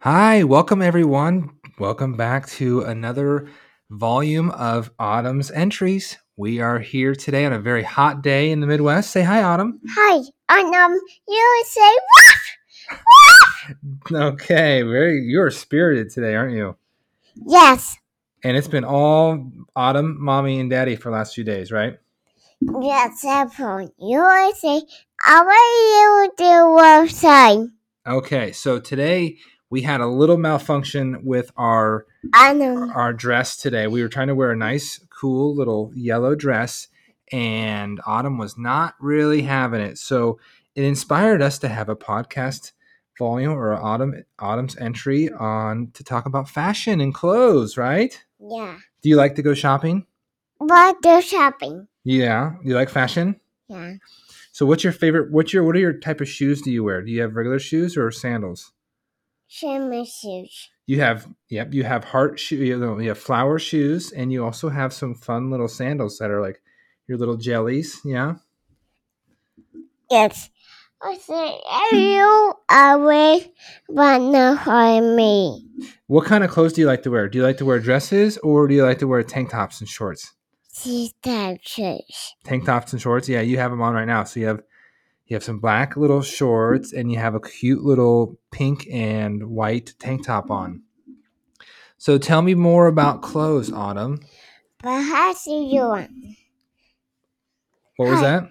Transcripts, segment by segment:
Hi, welcome everyone. Welcome back to another volume of Autumn's Entries. We are here today on a very hot day in the Midwest. Say hi, Autumn. Hi, and um, you say Okay, very you're spirited today, aren't you? yes, And it's been all Autumn, Mommy, and Daddy for the last few days, right? yes, Apple. You say, I want you to love sign. Okay, so today we had a little malfunction with our And um, our dress today. We were trying to wear a nice, cool little yellow dress, and Autumn was not really having it. So it inspired us to have a podcast volume or Autumn Autumn's entry on to talk about fashion and clothes. Right? yeah, Do you like to go shopping? but the shopping. Yeah, you like fashion. Yeah, So what's your favorite? What's your what are your type of shoes do you wear? Do you have regular shoes or sandals? summer shoes. You have yep, you have heart shoe, you know, you have flower shoes, and you also have some fun little sandals that are like your little jellies. Yeah, Yes. I say, "Are you always wanna hurt me. what kind of clothes do you like to wear? Do you like to wear dresses or do you like to wear tank tops and shorts? She's that shoes. Tank tops and shorts. Yeah, you have them on right now. So you have you have some black little shorts, and you have a cute little pink and white tank top on. So tell me more about clothes, Autumn. But how do you want? What was Hi. that?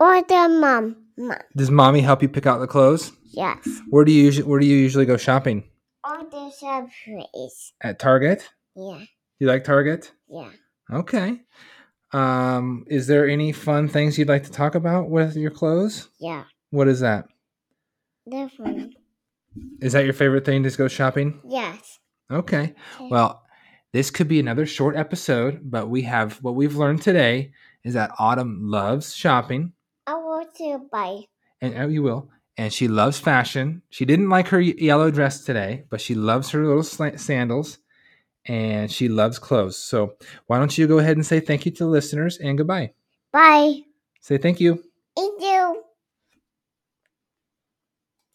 Or the mom? Mom. Does mommy help you pick out the clothes? Yes. Where do you usually where do you usually go shopping? Or the surprise. At Target? Yeah, You like Target? yeah. Okay. Um, is there any fun things you'd like to talk about with your clothes? Yeah, What is that? different. Is that your favorite thing to go shopping? Yes. Okay. Okay. Well, this could be another short episode, but we have what we've learned today is that Autumn loves shopping, I want to buy. and oh, you will, and she loves fashion. She didn't like her ye- yellow dress today, but she loves her little sla- sandals, and she loves clothes. So why don't you go ahead and say thank you to the listeners and goodbye? Bye. Say thank you. Thank you.